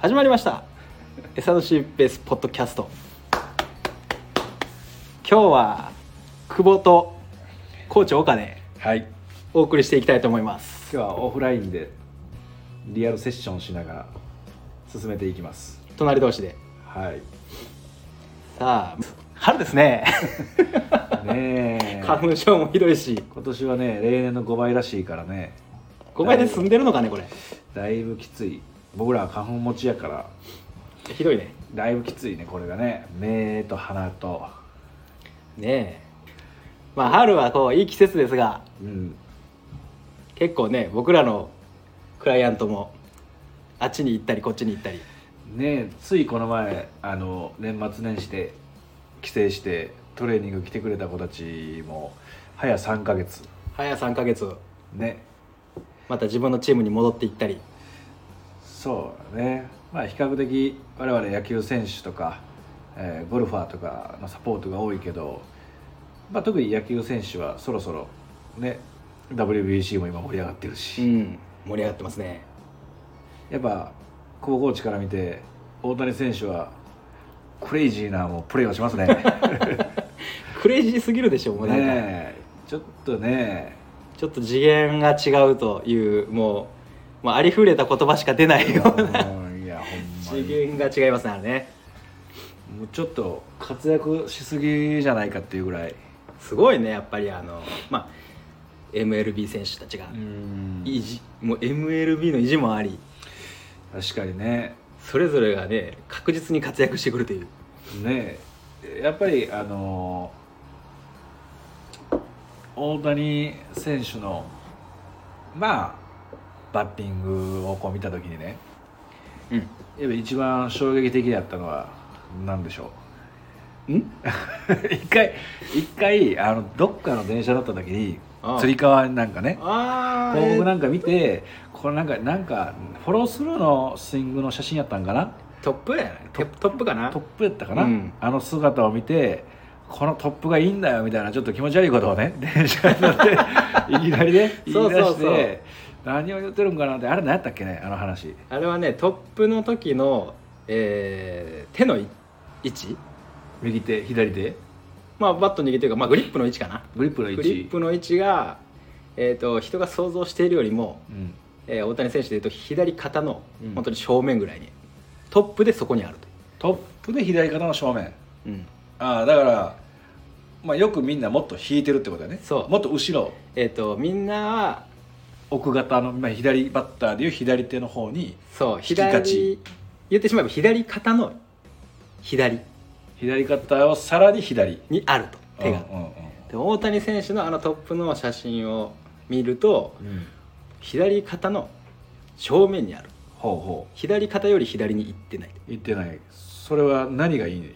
始まりました餌のしベースポッドキャスト今日は久保とコーチ岡ではいお送りしていきたいと思います今日はオフラインでリアルセッションしながら進めていきます隣同士ではいさあ春ですねね え花粉症もひどいし今年はね例年の5倍らしいからね5倍で済んでるのかねこれだいぶきつい僕らは花粉持ちやからひどいねだいぶきついねこれがね目と鼻とねえまあ春はこういい季節ですがうん結構ね僕らのクライアントもあっちに行ったりこっちに行ったりねえついこの前あの年末年始で帰省してトレーニング来てくれた子たちも早3ヶ月早3ヶ月ねまた自分のチームに戻っていったりそうだね、まあ、比較的我々野球選手とか、えーゴルファーとかのサポートが多いけど、まあ、特に野球選手はそろそろね WBC も今盛り上がってるうし、ん盛り上がってますねやっぱ高校地から見て大谷選手はクレイジーなもうプレーをします ねクレイジーすぎるでしょもうなんか、ねえちょっとねちょっと次元が違うというもう、まあ、ありふれた言葉しか出ないようなうんいやほんま次に元が違いますからねもうちょっと活躍しすぎじゃないかっていうぐらいすごいねやっぱりあのまあ MLB 選手たちがうん意地もう MLB の意地もあり確かにねそれぞれがね確実に活躍してくるというねえやっぱりあの大谷選手のまあバッティングをこう見た時にねうやっぱ一番衝撃的だったのは何でしょん んう一回一回あのどっかの電車乗った時にああつり革なんかねあ広告なんか見てこれなんかなんかフォロースルーのスイングの写真やったんかなトップやねトップトップかなトップやったかな、うんあの姿を見てこのトップがいいんだよみたいなちょっと気持ち悪いことをね電車に乗って いきなりね言そうい出してそうそう何を言ってるんかなってあれ何やったっけねあの話あれはねトップの時の、えー手のい位置右手左手まあバットの握というか、まあ、グリップの位置かなグリップの位グ置リップの位置が、えー、と人が想像しているよりも、うん、えー大谷選手でいうと左肩のうん本当に正面ぐらいに、トップでそこにあるとトップで左肩の正面いう、うんああだから、まあ、よくみんなもっと引いてるってことだよねそうもっと後ろえっ、とみんなは奥型の、まあ、左バッターでいう左手の方にそうきが左ち言ってしまえば左肩の左左肩をさらに左にあると手が、うんうんで大谷選手のあのトップの写真を見るとうんうん左肩の正面にあるほうほう左肩より左に行ってない言ってないそれは何がいいね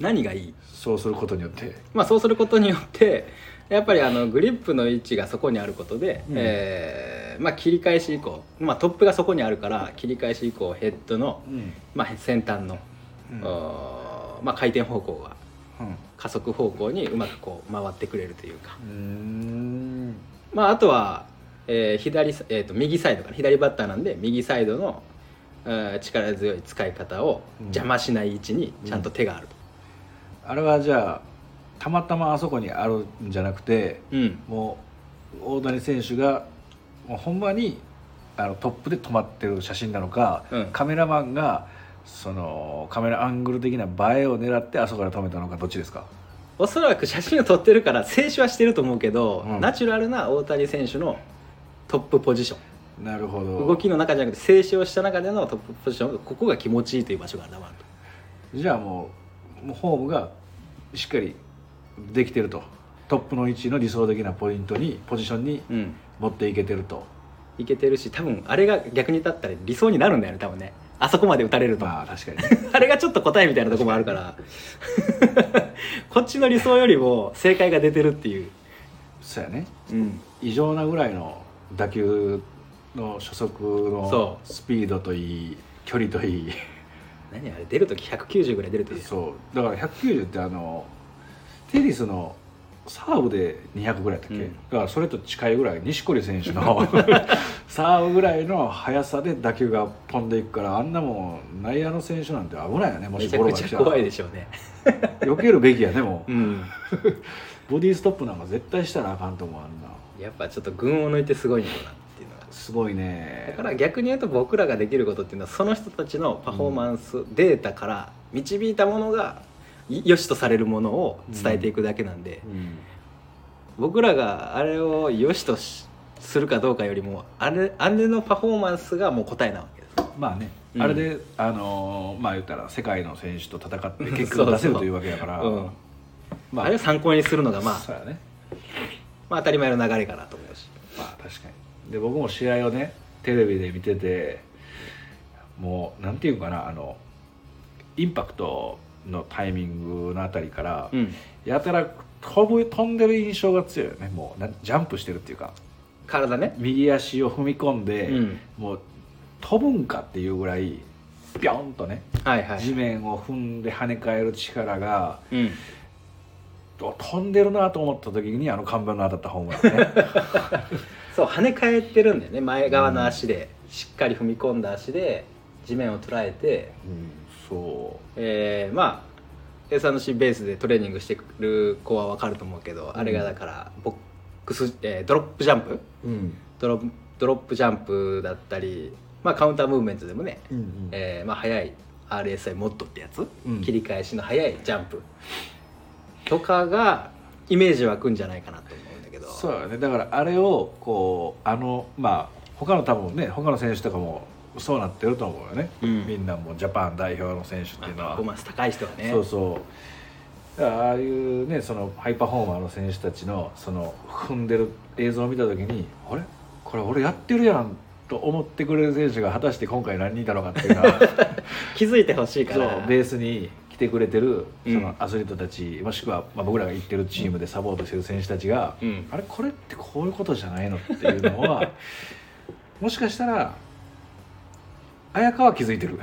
何がいいそうすることによってまあ、そうすることによってやっぱりあのグリップの位置がそこにあることで、うんえーまあ、切り返し以降、まあ、トップがそこにあるから切り返し以降ヘッドのう、んまあ、先端の、うんおーまあ、回転方向が加速方向にうまくこう回ってくれるというか、うんまあ、あとは、えー左さえー、と右サイドから左バッターなんで右サイドの、えー力強い使い方を邪魔しない位置にちゃんと手があると。あれはじゃあたまたまあそこにあるんじゃなくてうんもう大谷選手がもうほんまにあのトップで止まってる写真なのか、うんカメラマンがそのカメラアングル的な映えを狙ってあそこから止めたのかどっちですかおそらく写真を撮ってるから静止はしてると思うけど、うんナチュラルな大谷選手のトップポジションなるほど動きの中じゃなくて静止をした中でのトップポジションここが気持ちいいという場所があるなとじゃあもうもうホームがしっかりできてるとトップの位置の理想的なポイントにポジションにうん持っていけてると、いけてるし多分あれが逆に立ったら理想になるんだよね多分ねあそこまで打たれると、まあ確かに ね あれがちょっと答えみたいなとこもあるから こっちの理想よりも正解が出てるっていう、そうやねうん、異常なぐらいの打球の初速のそスピードといい距離といい何あれ出るとき190ぐらい出るというそうだから190ってあのテニスのサーブで200ぐらいだったっけ、うんだからそれと近いぐらい錦織選手の サーブぐらいの速さで打球が飛んでいくからあんなもん内野の選手なんて危ないよねもめしちゃボロくがち来ゃた怖いらでしょうね避けるべきやねもううんボディーストップなんか絶対したらあかんと思うあんなやっぱちょっと群を抜いてすごいんだなっていうのがすごいねだから逆に言うと僕らができることっていうのはその人たちのパフォーマンス、データから導いたものがい良しとされるものを伝えていくだけなんで、うん僕らがあれを良しとしするかどうかよりもあれあれのパフォーマンスがもう答えなわけですまあね、うんあれであのーまあ言ったら世界の選手と戦って結果を出せるというわけだからうんまあれを参考にするのが、まあそうやねまあ当たり前の流れかなと思うしまあ確かにで僕も試合をねテレビで見ててもうなんていうかなあのインパクトのタイミングのあたりから、うんやたら飛ぶ飛んでる印象が強いよねもうなジャンプしてるっていうか体ね、右足を踏み込んで、うんもう飛ぶんかっていうぐらいピョンとねはいはい地面を踏んで跳ね返る力がうんお飛んでるなと思った時にあの看板の当たったホームランねそう跳ね返ってるんだよね前側の足で、しっかり踏み込んだ足で地面を捉えてうんそえー、まあ S&C ベースでトレーニングしてくる子は分かると思うけど、あれがだからボックス、えードロップジャンプう、うんドロドロップジャンプだったり、まあ、カウンタームーブメントでもね、うんうんえーまあ、速い RSI モッドってやつ、うん切り返しの速いジャンプとかがイメージ湧くんじゃないかなと思うんだけどそうよねだからあれをこうあのまあ他の多分ね他の選手とかもそうなってると思うよね、うんみんなもうジャパン代表の選手っまてあいうのパはフォーマンス高い人はねそうそうだからああいうねそのハイパフォーマーの選手たちのその踏んでる映像を見た時にあれこれ俺やってるやんと思ってくれる選手が果たして今回何人いたのかって いうのは気づいてほしいかそうらベースに来てくれてるそうんのアスリートたち、もしくは、まあ、僕らが行ってるチームでサポートしてる選手たちが、うんあれこれってこういうことじゃないのっていうのは もしかしたら綾香は気づいてる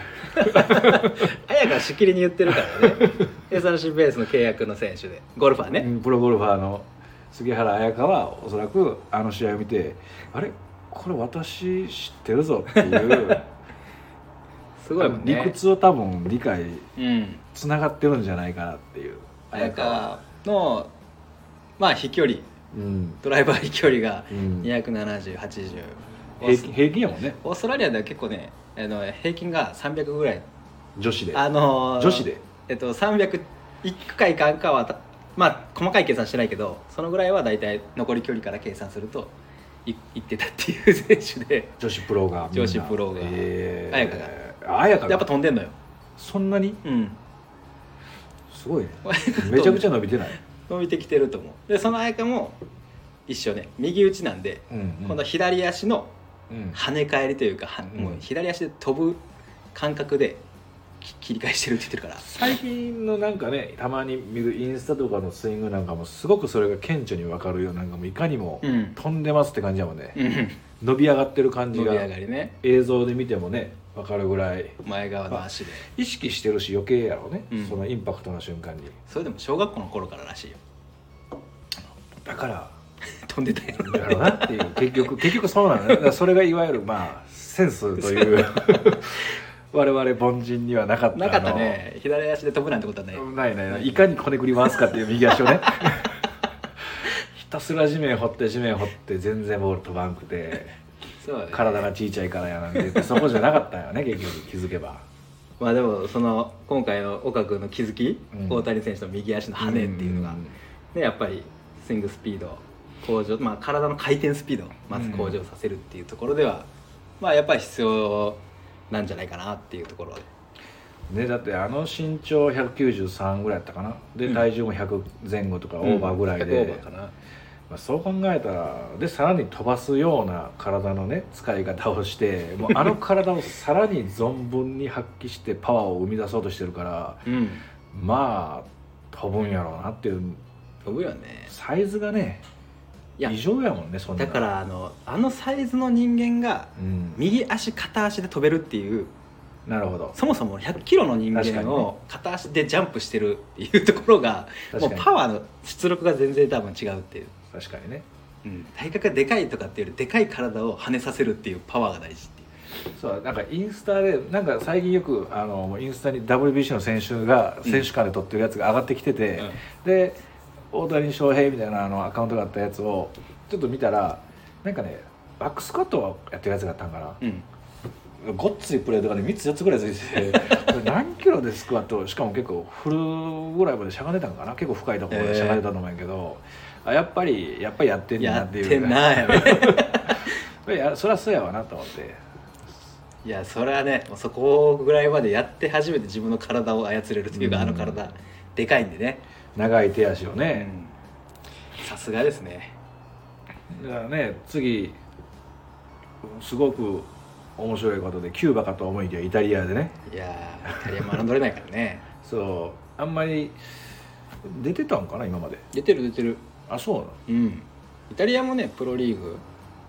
綾がしきりに言ってる からね S&C ベースの契約の選手でゴルファーね、うんプロゴルファーの杉原綾香はおそらくあの試合を見てあれこれ私知ってるぞって いう、すごいもんね理屈を多分理解うんつながってるんじゃないかなっていう綾川のまあ飛距離うん、ドライバー飛距離がうん27080、平均平均やもんねオーストラリアでは結構ねあの平均が300ぐらい女子であのー女子でえっと300いくかいかんかはたまあ細かい計算してないけどそのぐらいは大体残り距離から計算するといいってたっていう選手で女子プロがみんな女子プロがえ綾香が綾香がやっぱ飛んでんのよそんなにうんすごいね綾香が めちゃくちゃ伸びてない、 伸びてきてると思うでその綾香も一緒ね右打ちなんで、うんうん今度は左足のうん跳ね返りというか、はうんもう左足で飛ぶ感覚でき切り返してるって言ってるから最近のなんかねたまに見るインスタとかのスイングなんかもすごくそれが顕著に分かるよなんかもういかにもうん飛んでますって感じやもんね、うん伸び上がってる感じ伸びが上がりね映像で見てもね分かるぐらい前側の足で意識してるし余計やろうね、うんそのインパクトの瞬間にそれでも小学校の頃かららしいよだから飛んでたよだろうなっていう 結局結局そうなのねだからそれがいわゆるまあセンスと いう 我々凡人にはなかっ たなかったね左足で飛ぶなんてことはあねのないないないいかにこねくり回すかっていう右足を ねひたすら地面掘って地面掘って全然ボール飛ばんくてそうね体が小さいからやなんて言ってそこじゃなかった よね結局気づけばまあでもその今回の岡君の気づき、うん大谷選手の右足の跳ねっていうのが、んでやっぱりスイングスピード向上、まあ、体の回転スピードをまず向上させるっていうところでは、まあやっぱり必要なんじゃないかなっていうところでね、だってあの身長193ぐらいやったかなでうん体重も100前後とかオーバーぐらいで、うん100オーバーかなまあ、そう考えたらでさらに飛ばすような体のね使い方をしてもうあの体をさらに存分に発揮してパワーを生み出そうとしてるからうんまあ飛ぶんやろうなっていう飛ぶよねサイズがねいや異常やもんねそんなだからあのあのサイズの人間がうん右足片足で飛べるっていうなるほどそもそも100キロの人確か間にねを片足でジャンプしてるっていうところがも確うかにパワーの出力が全然多分違うっていう、確かにねうん、体格がでかいとかっていうよりでかい体を跳ねさせるっていうパワーが大事っていうそうなんかインスタでなんか最近よくあのもうインスタに WBC の選手がうん選手間で撮ってるやつが上がってきてて、うんで大谷翔平みたいなあのアカウントがあったやつをちょっと見たらなんかねバックスカットをやってるやつがあったんかな、うんごっついプレーとかで3つ4つぐらいついてて これ何キロでスクワットしかも結構フルぐらいまでしゃがんでたんかな結構深いところまでしゃがんでたと思うんやけど、あやっぱりやっぱりやってんやなっっていうてんなやねいやそりゃそうやわなと思って いやそれはねもうそこぐらいまでやって初めて自分の体を操れるというか、うんあの体でかいんでね長い手足をね、さすがですねだからね次すごく面白いことでキューバかと思いきやイタリアでねいやーイタリアも侮れないからねそうあんまり出てたんかな今まで出てる出てるあそうなのうんイタリアもねプロリーグ、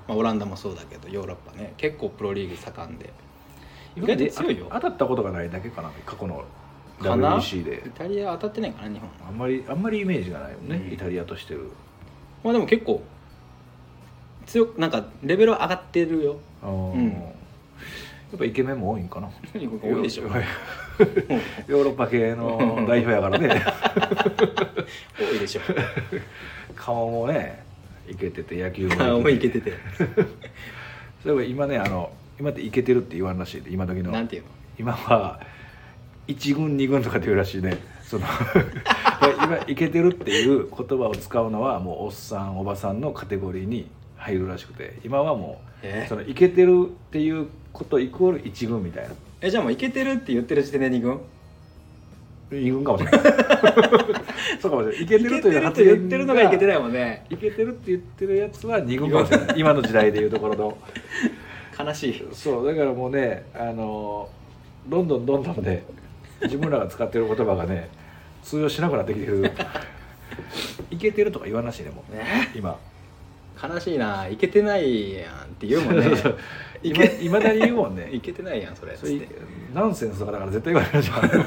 まあ、オランダもそうだけどヨーロッパね結構プロリーグ盛んで意外と強いよあ当たったことがないだけかな過去のかな WBC でイタリア当たってないかな日本あんまりあんまりイメージがないもんね、うんイタリアとしてるまあでも結構強くなんかレベルは上がってる よあーうんやっぱイケメンも多いんかな何これ多いでしょヨ多ーロッパ系の代表やからねいでしょ顔もねイケてて野球も顔もいけててそういえば今ねあの今ってイケてるって言わんらしいで今時のなんていうの今は1軍2軍とかって言うらしいねその 今イケてるっていう言葉を使うのはもうおっさんおばさんのカテゴリーに入るらしくて今はもえうそのイケてるっていうことイコール1軍みたいなえじゃあもういけてるって言ってる時点で2軍2軍かもしれない そうかもしれないイケているけとているうと発言言ってるのがいけていないもんねイケてるって言ってるやつは2軍かもしれない 今の時代でいうところの悲しいそうだからもうねあのどんどんどんどんね自分らが使ってる言葉がね通用しなくなってきてるいけてるとか言わなしねもうね今悲しいないけてないやんって言うもんね そうそういま いまだに言うもんねいけてないやんそれそれつってナンセンスとかだから絶対言われるじゃん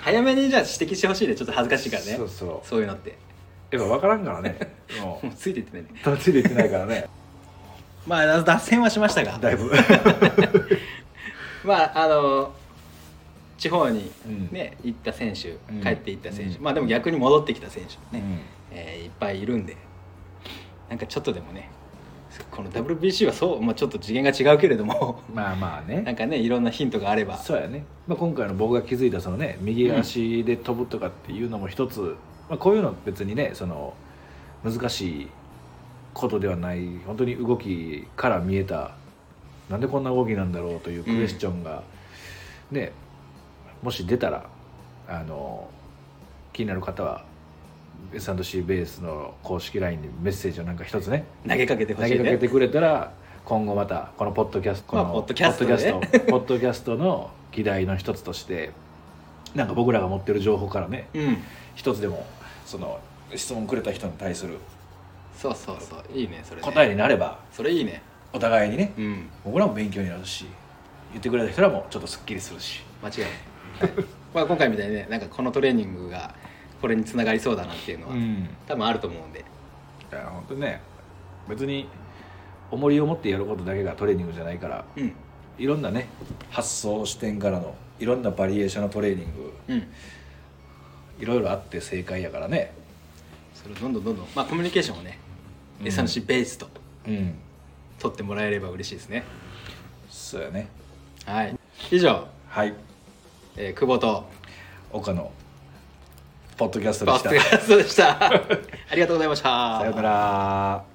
早めにじゃあ指摘してほしいねちょっと恥ずかしいからねそうそそういうのってうやっぱ分からんから ねももうついていってないねう立ち入れてないからねまあ脱線はしましたがだいぶ まああの地方にうんね行った選手うん帰って行った選手、うんまあでも逆に戻ってきた選手うね、んえーいっぱいいるんでなんかちょっとでもねこの WBC はそう、まあ、ちょっと次元が違うけれども まあまあねなんかねいろんなヒントがあればそうやね、まあ、今回の僕が気づいたそのね右足で飛ぶとかっていうのも一つ、まあ、こういうの別にねその難しいことではない本当に動きから見えたなんでこんな動きなんだろうというクエスチョンが、ねもし出たらあの気になる方は S&C ベースの公式 LINE にメッセージをなんか一つね投げかけてほ投しいげかけねてくれたら今後またこのポッドキャストこのまあポッドキャストでポッドキャストポッドキャストの議題の一つとしてなんか僕らが持ってる情報からねうん一つでもその質問くれた人に対するそうそうそういいねそれ、ね、答えになればそれいいねお互いにねうん僕らも勉強になるし言ってくれた人らもちょっとすっきりするし間違いない、はい まあ今回みたいにねなんかこのトレーニングがこれにつながりそうだなっていうのは、ん多分あると思うんでだから本当にね別に重りを持ってやることだけがトレーニングじゃないからうんいろんなね発想視点からのいろんなバリエーションのトレーニングうんいろいろあって正解やからねそれをどんどんどんどんまあコミュニケーションをねうん S&C ベースとうん取ってもらえれば嬉しいですねそうやねはい以上、はいえー、久保と岡野ポッドキャストでバしスた ガスでしたありがとうございましたさようなら